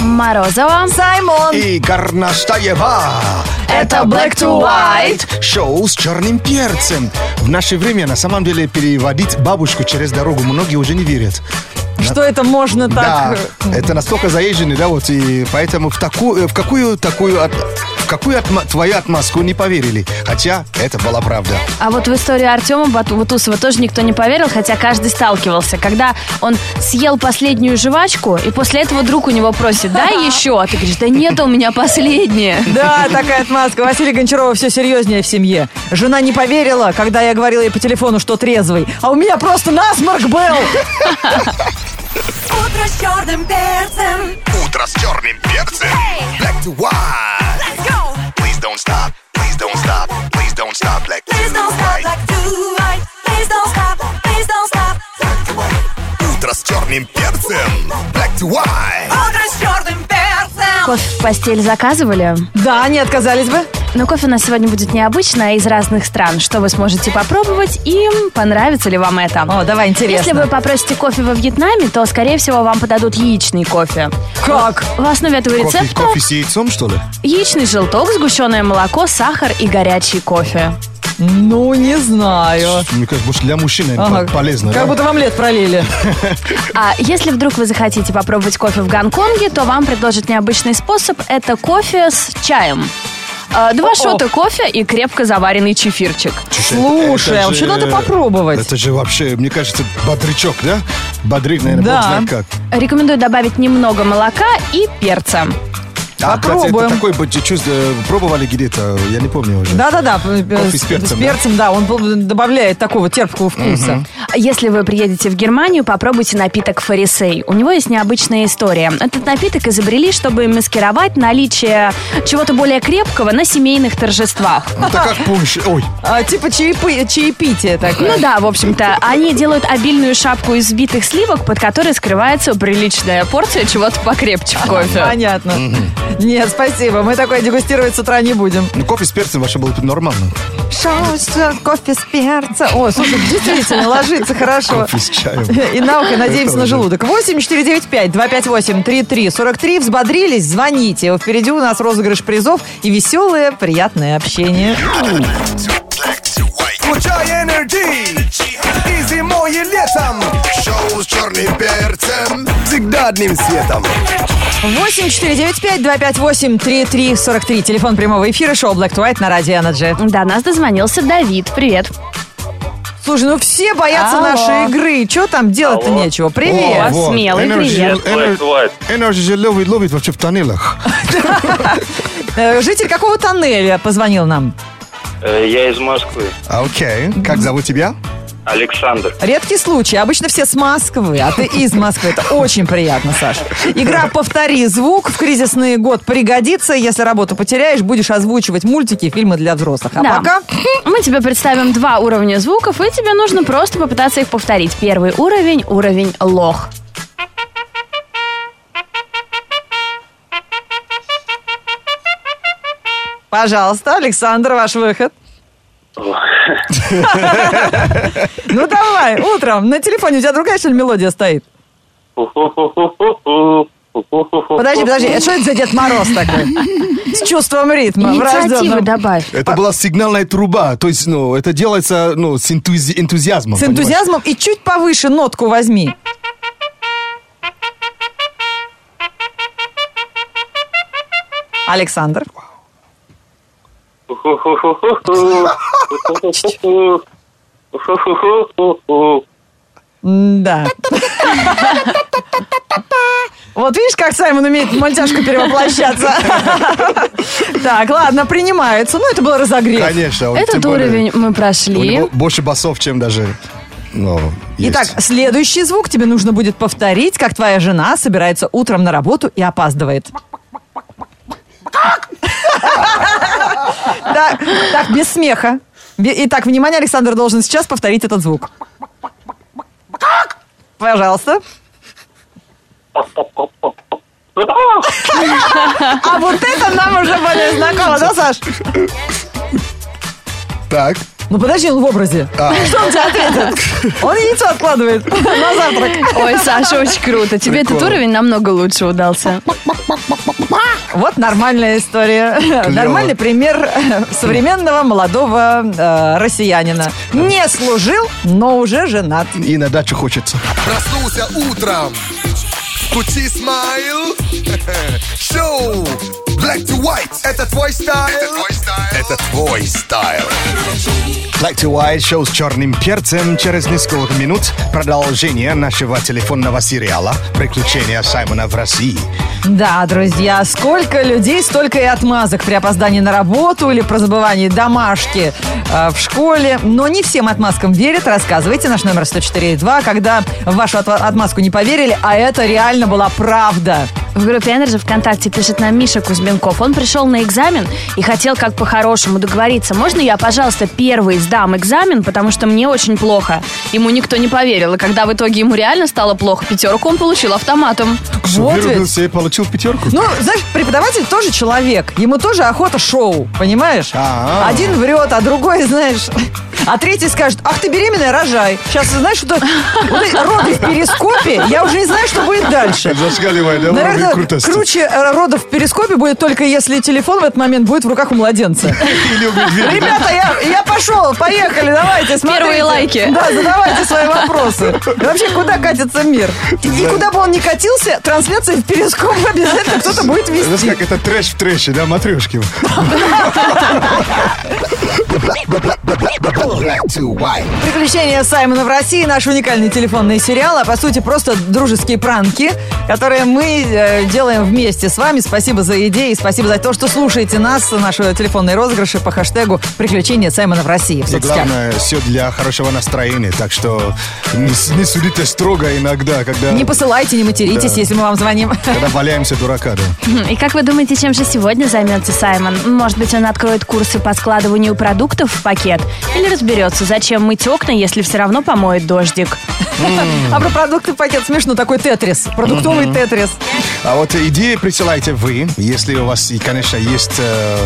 Морозова. Саймон. И Горнаштаева. Это Black to White. Шоу с черным перцем. В наше время, на самом деле, переводить бабушку через дорогу многие уже не верят. Что это можно Да, так? это настолько заезженный, да, вот, и поэтому в, такую, в какую такую... от- в какую отма- твою отмазку не поверили. Хотя это была правда. А вот в историю Артема Бату- Бутусова тоже никто не поверил, хотя каждый сталкивался. Когда он съел последнюю жвачку, и после этого друг у него просит, дай еще. А ты говоришь, да нет, у меня последняя. Да, такая отмазка. Василий Гончарова все серьезнее в семье. Жена не поверила, когда я говорила ей по телефону, что трезвый. А у меня просто насморк был. Утро с черным перцем. Утро с черным перцем. Black to white. Let's go. Please don't stop. Please don't stop. Please don't stop. Black to Please don't stop white. like do right. Please don't stop. Please don't stop. Утро с черным перцем. Black to white. Утро с черным перцем. Кофе в постель заказывали? Да, не отказались бы. Но кофе у нас сегодня будет необычно, а из разных стран. Что вы сможете попробовать и понравится ли вам это? О, давай, интересно. Если вы попросите кофе во Вьетнаме, то, скорее всего, вам подадут яичный кофе. Как? В основе этого Кофе, рецепта кофе с яйцом, что ли? яичный желток, сгущенное молоко, сахар и горячий кофе. Ну, не знаю. Мне кажется, больше для мужчины А. Ага. это полезно. Как да? будто вам лет пролили. А если вдруг вы захотите попробовать кофе в Гонконге, то вам предложат необычный способ. Это кофе с чаем. Э, Два шота кофе и крепко заваренный чефирчик. Слушай, это- Слушай, это а вообще же- надо попробовать. Это же вообще, мне кажется, бодрячок, да? Бодрик, наверное, Да. бог знает как. Рекомендую добавить немного молока и перца. А, кстати, Попробуем. это такой бы чувство, пробовали где-то, я не помню уже. Да-да-да. э, Кофе с перцем, да? да. Он был- добавляет такого терпкого вкуса. Если вы приедете в Германию, попробуйте напиток фарисей. У него есть необычная история. Этот напиток изобрели, чтобы маскировать наличие чего-то более крепкого на семейных торжествах. Ну, Это как пунш. Ой, А, типа чаепы- чаепитие такое. Ну да, в общем-то, они делают обильную шапку из сбитых сливок, под которой скрывается приличная порция чего-то покрепче в кофе. Понятно. Нет, спасибо. Мы такое дегустировать с утра не будем. ну кофе с перцем вообще было бы нормально. Шоу с- кофе с перца. О, слушай, действительно, ложится хорошо. Кофе с чаем. И на ухо, надеемся Это на уже. желудок. 8 495 258 3343. Взбодрились, звоните. Впереди у нас розыгрыш призов и веселое, приятное общение. Black to white. Включай энергии и зимой, и летом Шоу с черным перцем. Всегда одним светом 8 495 258 3343. Телефон прямого эфира шоу Black to White на радио Energy. До нас дозвонился Давид. Привет. Слушай, ну все боятся Алло. нашей игры. Че там делать-то Алло. нечего? О, Привет. смелый Energy, привет. Black Ener- to white. Energy же ловит, ловит вообще в тоннелах. Э, Житель какого тоннеля позвонил нам? Э, Я из Москвы. А, Окей. Как зовут тебя? Александр. Редкий случай. Обычно все с Москвы, а ты из Москвы. Это очень приятно, Саша. Игра «Повтори звук» в кризисный год пригодится. Если работу потеряешь, будешь озвучивать мультики и фильмы для взрослых. А Да. пока... Мы тебе представим два уровня звуков, и тебе нужно просто попытаться их повторить. Первый уровень – уровень лох. Пожалуйста, Александр, ваш выход. Ну давай, утром. На телефоне у тебя другая, что ли, мелодия стоит? Подожди, Подожди, подожди, а что это за Дед Мороз такой? С чувством А ритма, Инициативы врожденным. добавь. Это была сигнальная труба, то есть, ну, это делается, ну, с энтузи- энтузиазмом. С энтузиазмом и чуть повыше нотку возьми. Александр. Да. Вот видишь, как Саймон умеет в мультяшку перевоплощаться. Так, ладно, принимается. Ну, это был разогрев. Конечно. он, А тем Этот более, уровень мы У прошли. него больше басов, чем даже... Ну, есть. Итак, следующий звук тебе нужно будет повторить, как твоя жена собирается утром на работу и опаздывает. Так, так, без смеха. Бе- Итак, внимание, Александр должен сейчас повторить этот звук. Пожалуйста. А вот это нам уже более знакомо, да, Саш? Так. Ну подожди, он в образе. Что он тебе ответит? Он яйцо откладывает на завтрак. Ой, Саша, очень круто. Тебе этот Прикол. уровень намного лучше удался. Вот нормальная история. Нормальный пример современного молодого э, россиянина. Не служил, но уже женат. И на дачу хочется. Проснулся утром. Кучи смайл. Шоу. Black to white. Это твой стайл. Это твой стайл. Это твой стайл. Black to White шоу с черным перцем. Через несколько минут продолжение нашего телефонного сериала «Приключения Саймона в России». Да, друзья, сколько людей, столько и отмазок при опоздании на работу или про забывание домашки э, в школе. Но не всем отмазкам верят. Рассказывайте наш номер 104.2, когда в вашу отва- отмазку не поверили, а это реально была правда. В группе Energy ВКонтакте пишет нам Миша Кузьминков. Он пришел на экзамен и хотел как по-хорошему договориться. Можно я, пожалуйста, первый сдам экзамен, потому что мне очень плохо. Ему никто не поверил. И когда в итоге ему реально стало плохо, пятерку он получил автоматом. Вот ведь. и получил пятерку. Ну, знаешь, преподаватель тоже человек. Ему тоже охота шоу, понимаешь? А-а. Один врет, а другой, знаешь... А третий скажет, ах, ты беременная, рожай. Сейчас, знаешь, что вот эти роды в перископе, я уже не знаю, что будет дальше. Зашкаливай, да? Наверное, уровень крутости. Ну, круче э, родов в перископе будет только если телефон в этот момент будет в руках у младенца. Или у медведя. Ребята, я, я пошел, поехали, давайте, смотрите. Первые лайки. Да, задавайте свои вопросы. И вообще, куда катится мир? И куда бы он ни катился, трансляции в перископ обязательно кто-то будет Ну, Знаешь, вести. как это трэш в трэше, да, матрешки. Black to white. Приключения Саймона в России, наш уникальный телефонный сериал, а по сути просто дружеские пранки, которые мы э, делаем вместе с вами. Спасибо за идеи, спасибо за то, что слушаете нас, наши телефонные розыгрыши по хэштегу «Приключения Саймона в России» в И соцсетях. главное, все для хорошего настроения. Так что не, с- не судите строго иногда, когда, Не посылайте, не материтесь, Да. если мы вам звоним. когда валяемся дурака. да. Хм, И как вы думаете, чем же сегодня займется Саймон? Может быть, он откроет курсы по складыванию продуктов в пакет? Или разберется, зачем мыть окна, если все равно помоет дождик? А про продукты в пакет смешно, такой тетрис, продуктовый тетрис. А вот идеи присылайте вы, если у вас, и, конечно, есть э,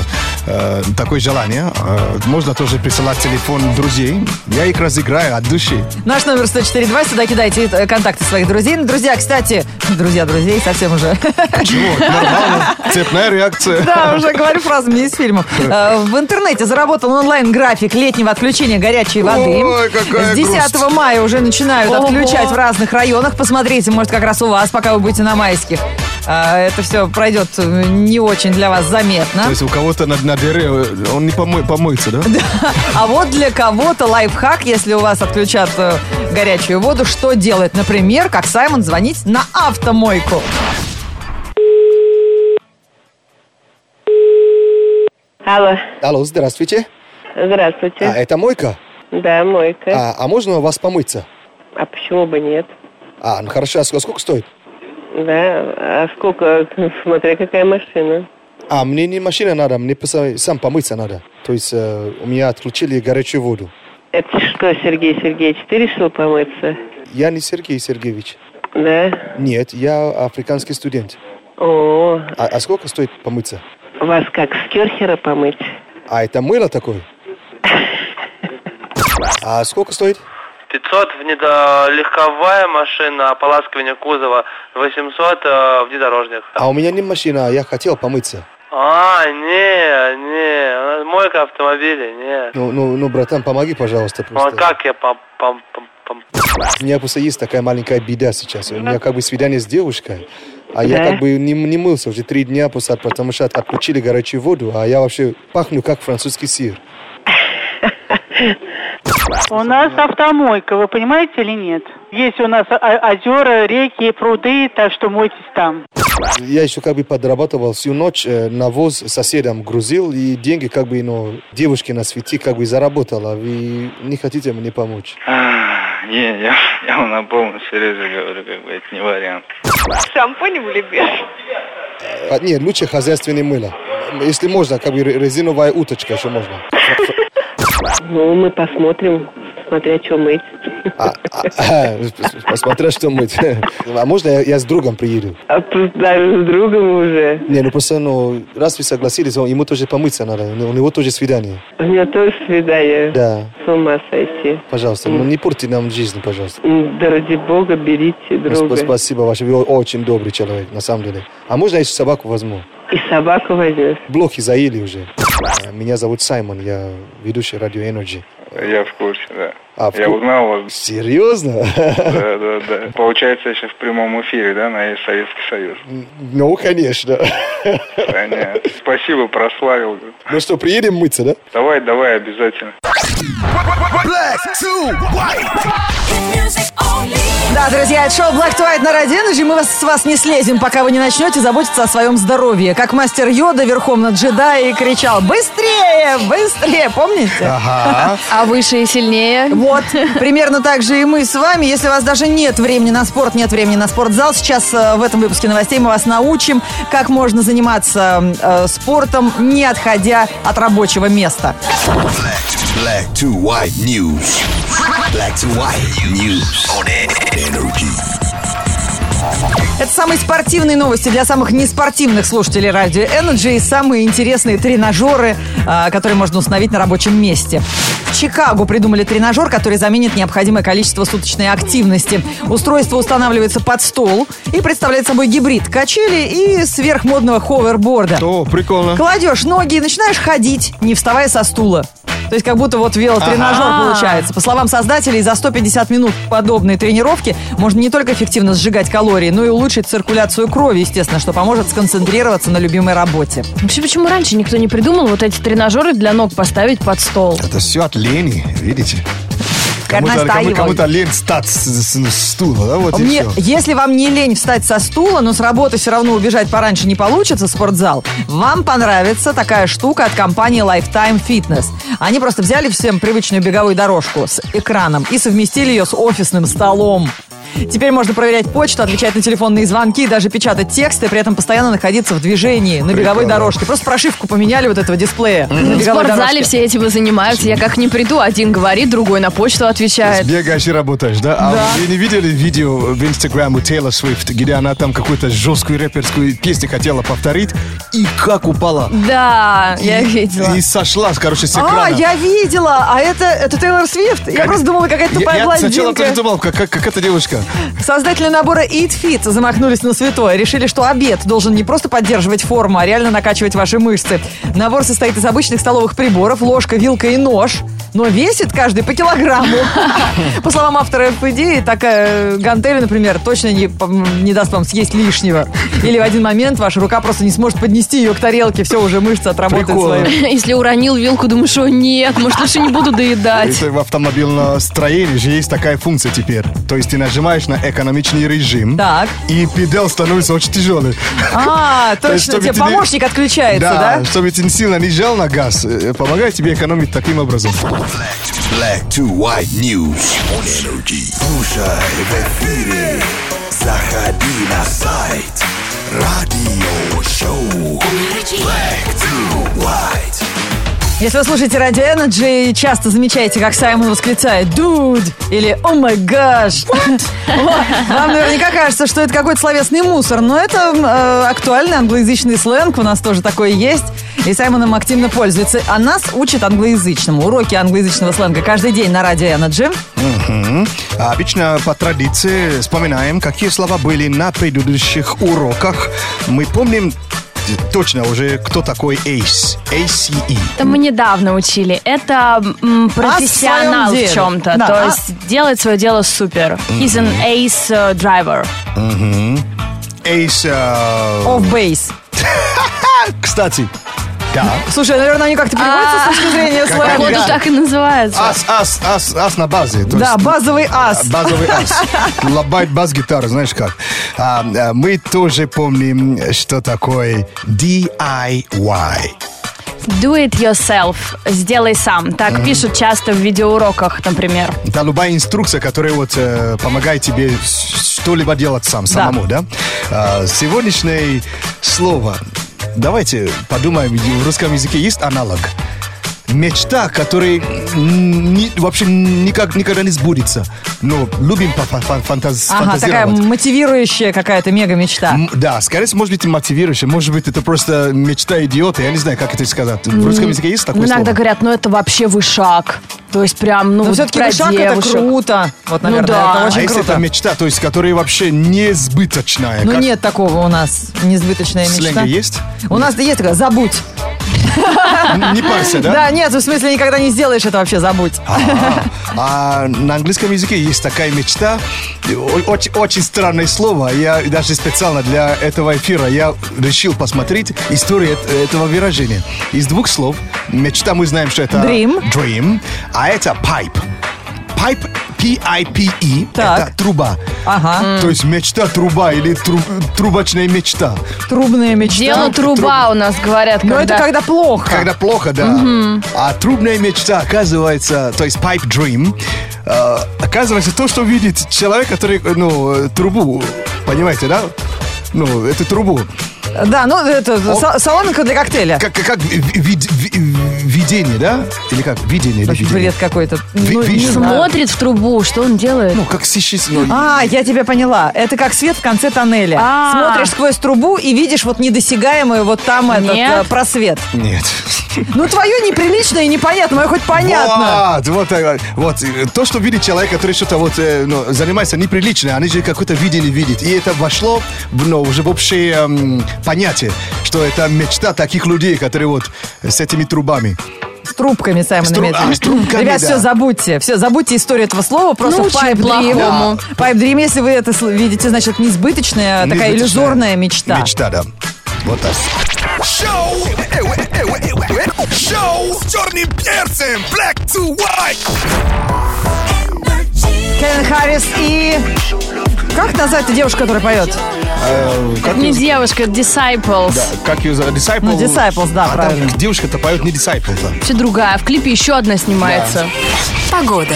э, такое желание. Э, можно тоже присылать телефон друзей. Я их разыграю от души. Наш номер 104.2, сюда кидайте э, контакты своих друзей. Друзья, кстати, друзья друзей совсем уже. Почему? Нормально. Цепная реакция. Да, уже говорю фразами из фильмов. Э, В интернете заработал онлайн-график летнего отключения горячей воды. Ой, какая С 10 грусть. мая уже начинают Ого. отключать в разных районах. Посмотрите, может, как раз у вас, пока вы будете на майских. Э, Это все пройдет э, не очень для вас заметно. То есть у кого-то на, на дыре э, он не помо- помоется, да? А вот для кого-то лайфхак, если у вас отключат э, горячую воду, что делать? Например, как Саймон звонить на автомойку. Алло, Алло, здравствуйте. А, здравствуйте. Э. это мойка? Да, мойка. А, а можно у вас помыться? А почему бы нет? А, ну хорошо, а ск- сколько стоит? Да, а сколько, смотря какая машина. А, мне не машина надо, мне пос- сам помыться надо. То есть э, у меня отключили горячую воду. Это что, Сергей Сергеевич, ты решил помыться? Я не Сергей Сергеевич. Да? Нет, я африканский студент. О, А, а сколько стоит помыться? вас как, с керхера помыть? А это мыло такое? А сколько стоит? 500 внедо- легковая машина, ополаскивание кузова, 800 э, внедорожник. А у меня не машина, я хотел помыться. А, не, не, у нас мойка автомобилей, не. Ну, ну, ну, братан, помоги, пожалуйста, Ну а просто. как я пом... пом- пом- пом- У меня просто есть такая маленькая беда сейчас. У меня как бы свидание с девушкой, а я Да. как бы не, не мылся уже три дня просто, потому что отключили горячую воду, а я вообще пахну как французский сыр. У нас автомойка, вы понимаете или нет? Есть у нас о- о- озера, реки, пруды, так что мойтесь там. Я еще как бы подрабатывал всю ночь, э, навоз соседям грузил, и деньги как бы, ну, девушке на свете как бы заработала. Вы не хотите мне помочь? Не, я, я вам на полном серьезе говорю, как бы это не вариант. Шампунем или без? А, нет, лучше хозяйственное мыло. Если можно, как бы ре- резиновая уточка, если можно. Ну, мы посмотрим, смотря что мыть. А, а, а, смотря что мыть. А можно я, я с другом приеду? А тут даже с другом уже. Не, ну просто, ну, раз вы согласились, он- ему тоже помыться надо. У него тоже свидание. У меня тоже свидание. Да. С ума сойти. Пожалуйста, ну не порти нам жизнь, пожалуйста. М, Да ради бога, берите Ну, друга. спа- Спасибо, ваше. Вы о- очень добрый человек, на самом деле. А можно я еще собаку возьму? И собаку возьмешь. Блохи заели уже. А, Меня зовут Саймон, я ведущий радио Energy. Я в курсе, да. А, в я ку- узнал вас. Серьезно? Да, да, да. Получается, я сейчас в прямом эфире, да, на Советский Союз. Ну, конечно. Понятно. Спасибо, прославил. Ну что, приедем мыться, да? Давай, давай, обязательно. Black to Да, друзья, это шоу Black to White на Radio Energy. Мы вас, с вас не слезем, пока вы не начнете заботиться о своем здоровье. Как мастер Йода верхом на джедае кричал «Быстрее! Быстрее!» Помните? Ага. А выше и сильнее. Вот, примерно так же и мы с вами. Если у вас даже нет времени на спорт, нет времени на спортзал, сейчас э, в этом выпуске новостей мы вас научим, как можно заниматься э, спортом, не отходя от рабочего места. black, black to white news. Black to white news on energy. Это самые спортивные новости для самых неспортивных слушателей радио Energy и самые интересные тренажеры, а, которые можно установить на рабочем месте. В Чикаго придумали тренажер, который заменит необходимое количество суточной активности. Устройство устанавливается под стол и представляет собой гибрид качели и сверхмодного ховерборда. О, прикольно. Кладешь ноги и начинаешь ходить, не вставая со стула. То есть как будто вот велотренажер Ага. получается. По словам создателей, за 150 минут подобной тренировки можно не только эффективно сжигать калории, но и улучшить циркуляцию крови, естественно, что поможет сконцентрироваться на любимой работе. Вообще, почему раньше никто не придумал вот эти тренажеры для ног поставить под стол? Это все от лени, видите? Кому-то, Горностаева. кому- кому-то лень встать с, с- с стула, да, вот А Мне- и все. если вам не лень встать со стула, но с работы все равно убежать пораньше не получится в спортзал, вам понравится такая штука от компании Lifetime Fitness. Они просто взяли всем привычную беговую дорожку с экраном и совместили ее с офисным столом. Теперь можно проверять почту, отвечать на телефонные звонки и даже печатать тексты, при этом постоянно находиться в движении на беговой дорожке. Просто прошивку поменяли вот этого дисплея. на В беговой спортзале дорожке. все этим и занимаются. Я как не приду, один говорит, другой на почту отвечает. Бегаешь и работаешь, да? А Э, Да. вы не видели видео в Инстаграм у Тейлор Свифт, где она там какую-то жесткую рэперскую песню хотела повторить и как упала? Да, я видела. И сошла, короче, с экрана. А, я видела! А это, это Тейлор Свифт? Я просто думала, какая-то Я- тупая я, сначала блондинка. тоже думал, как, как, как эта девушка. Создатели набора Eat Fit замахнулись на святое. Решили, что обед должен не просто поддерживать форму, а реально накачивать ваши мышцы. Набор состоит из обычных столовых приборов, ложка, вилка и нож. Но весит каждый по килограмму. По словам автора идеи, такая гантель, например, точно не, пом- не даст вам съесть лишнего. Или в один момент ваша рука просто не сможет поднести ее к тарелке. Все, уже мышцы отработают свои. Если уронил вилку, думаешь, о нет, может, лучше не буду доедать. Это в автомобильном строении же есть такая функция теперь. То есть ты нажимаешь на экономичный режим. Так. И педал становится очень тяжелый. А, То есть, точно, чтобы тебе ты не- помощник отключается, А да? Да, чтобы ты сильно не жал на газ, э, помогает тебе экономить таким образом. Black to white news on energy. Слушай в эфире. Заходи на сайт. Радио шоу. Black to white. Если вы слушаете Радио Energy и часто замечаете, как Саймон восклицает «Дуд» или «О май гаш», вам наверняка кажется, что это какой-то словесный мусор, но это э, актуальный англоязычный сленг, у нас тоже такой есть, и Саймон им активно пользуется. А нас учат англоязычному, уроки англоязычного сленга каждый день на Радио Energy. Мгм. А Обычно по традиции вспоминаем, какие слова были на предыдущих уроках. Мы помним т- точно уже, кто такой ACE. ACE. E. Это мы недавно учили. Это м, профессионал своём в деле. чем-то. Да, То а- есть делает свое дело супер. He's an ace э, driver. Мгм. ACE... э, Off base. Кстати, да. Слушай, наверное, они как-то переводятся с точки зрения Как они, сленга. да. Так и называется. Ас, ас, ас, ас на базе. то Да, есть- базовый ас. Базовый ас. Лобает бас-гитара, знаешь как. А, а, мы тоже помним, что такое DIY. Do it yourself. Сделай сам. Так пишут часто в видеоуроках, например. Это любая инструкция, которая вот э, помогает тебе с- что-либо делать сам, самому, да? А, сегодняшнее слово. Давайте подумаем, в русском языке есть аналог. мечта, которая м, не- вообще никак, никогда не сбудется. Но любим пофа- фан- фантаз- Ага, такая фантазировать. мотивирующая какая-то мега-мечта. М, Да, скорее всего, может быть, и мотивирующая, может быть, это просто мечта идиота, я не знаю, как это сказать. В русском языке есть такое Иногда слово? говорят, ну это вообще вышаг. То есть прям, ну Но вот все-таки про вышаг это девушек. круто. Вот, Ну наверное, да. это а очень если круто. это мечта, то есть, которая вообще не сбыточная? Ну как нет такого у нас несбыточная мечта. Сленга есть? У нас есть такое «забудь». Не парься, да? Да, нет, в смысле никогда не сделаешь это вообще «забудь». А, А на английском языке есть такая мечта. О- Очень, очень странное слово. Я даже специально для этого эфира я решил посмотреть историю эт- этого выражения. Из двух слов. Мечта, мы знаем, что это... Dream. Dream. А это pipe. Pipe, P-I-P-E, Так. E. это труба. Ага. То есть мечта труба или тру- трубочная мечта. Трубная мечта. Дело труба у нас говорят, Но это когда- когда плохо. Когда плохо, да. А трубная мечта оказывается, то есть pipe dream, э, оказывается то, что видит человек, который, ну, э, трубу, понимаете, да? Ну, эту трубу. Да, ну это со- соломинка для коктейля. Как, как, как ви- ви- ви- видение, да? Или как? Видение или Вообще видение? Бред какой-то. Ну, видишь, не да? знаю. Смотрит в трубу, что он делает? Ну, как сищись, ну, А, я тебя поняла. Это как свет в конце тоннеля. А. Смотришь сквозь трубу и видишь вот недосягаемый вот там этот Нет. э, просвет. Нет. Ну, твое неприличное и непонятно, мое хоть понятно. Вот, вот, э, вот. э, То, что видит человек, который что-то вот, э, ну, занимается неприлично, они же какое-то видение видят. И это вошло в, ну, уже в общее эм, понятие, что это мечта таких людей, которые вот с этими трубами. С трубками, Саймон, С тру- имеет в виду. а, с трубками, Ребят, да. все, забудьте. Все, забудьте историю этого слова. Просто Научим пайп плохому. Пайп Dream, если вы это сл- видите, значит, несбыточная, Несбыточная такая иллюзорная мечта. Мечта, да. Вот так. Шоу! Э, Эвэ, эвэ, эвэ, эвэ. э, Шоу с черным перцем! Black to white! Кевин Харрис и... Как назвать эту девушку, которая поет? Э, как Не её- Ну, девушка, disciples. да, Как ее зовут? Disciple? Ну, Disciples, да, А там правильно. девушка-то поет не Disciple. да. Вообще другая. В клипе еще одна снимается. Погода.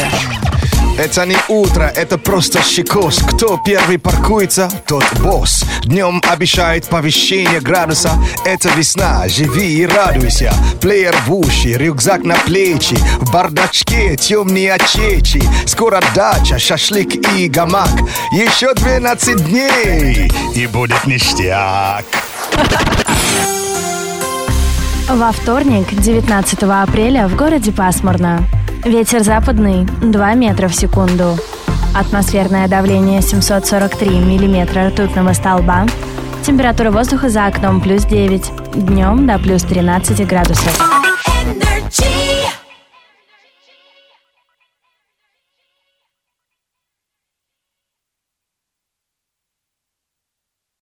Это не утро, это просто щекос. Кто первый паркуется, тот босс. Днем обещает повещение градуса. Это весна, живи и радуйся. Плеер в уши, рюкзак на плечи. В бардачке темные очечи. Скоро дача, шашлык и гамак. Еще 12 дней, и будет ништяк. Во вторник, 19 апреля, в городе пасмурно. Ветер западный 2 метра в секунду. Атмосферное давление 743 миллиметра ртутного столба. Температура воздуха за окном плюс 9. Днем до плюс 13 градусов.